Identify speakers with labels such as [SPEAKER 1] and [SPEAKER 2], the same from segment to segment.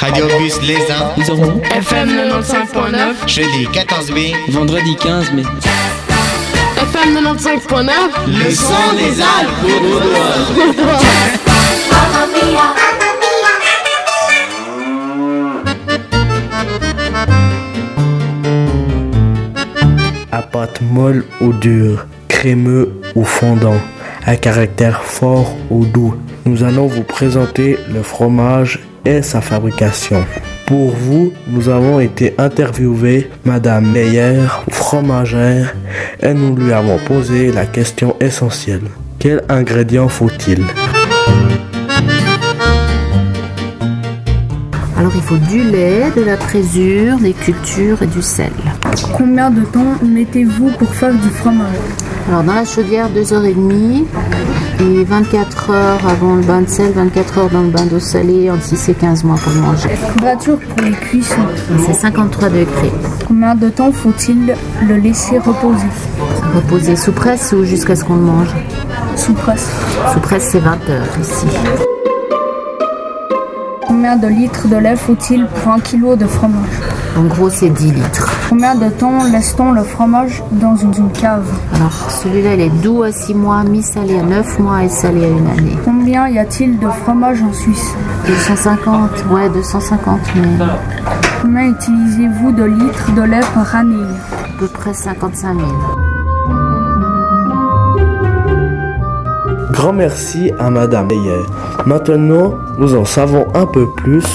[SPEAKER 1] Radio Bus Les Ans,
[SPEAKER 2] Ils auront
[SPEAKER 3] FM 95.9,
[SPEAKER 1] jeudi 14 mai,
[SPEAKER 2] vendredi 15 mai.
[SPEAKER 3] FM 95.9,
[SPEAKER 1] le son des Alpes.
[SPEAKER 4] Mamma mia, mamma mia.
[SPEAKER 5] à pâte molle ou dure, crémeux ou fondant, à caractère fort ou doux. Nous allons vous présenter le fromage et sa fabrication. Pour vous, nous avons été interviewé Madame Meyer, fromagère, et nous lui avons posé la question essentielle. Quel ingrédient faut-il
[SPEAKER 6] Alors il faut du lait, de la présure, des cultures et du sel.
[SPEAKER 7] Combien de temps mettez-vous pour faire du fromage
[SPEAKER 6] Alors dans la chaudière 2h30 et 24 heures avant le bain de sel, 24 heures dans le bain d'eau salée, entre 6 et 15 mois pour le manger.
[SPEAKER 7] Température pour les cuissons.
[SPEAKER 6] C'est 53 degrés.
[SPEAKER 7] Combien de temps faut-il le laisser reposer
[SPEAKER 6] Reposer sous presse ou jusqu'à ce qu'on le mange
[SPEAKER 7] Sous presse.
[SPEAKER 6] Sous presse c'est 20 heures ici.
[SPEAKER 7] Combien de litres de lait faut-il pour un kilo de fromage
[SPEAKER 6] En gros c'est 10 litres.
[SPEAKER 7] Combien de temps laisse-t-on le fromage dans une, une cave
[SPEAKER 6] Alors celui-là il est doux à 6 mois, mi-salé à 9 mois et salé à une année.
[SPEAKER 7] Combien y a-t-il de fromage en Suisse
[SPEAKER 6] 250, ouais 250 mais à
[SPEAKER 7] Combien utilisez-vous de litres de lait par année
[SPEAKER 6] peu près 55 000.
[SPEAKER 5] Grand merci à Madame Meyer. Maintenant, nous en savons un peu plus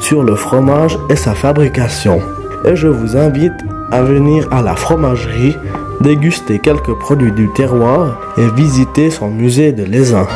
[SPEAKER 5] sur le fromage et sa fabrication. Et je vous invite à venir à la fromagerie, déguster quelques produits du terroir et visiter son musée de Lézin.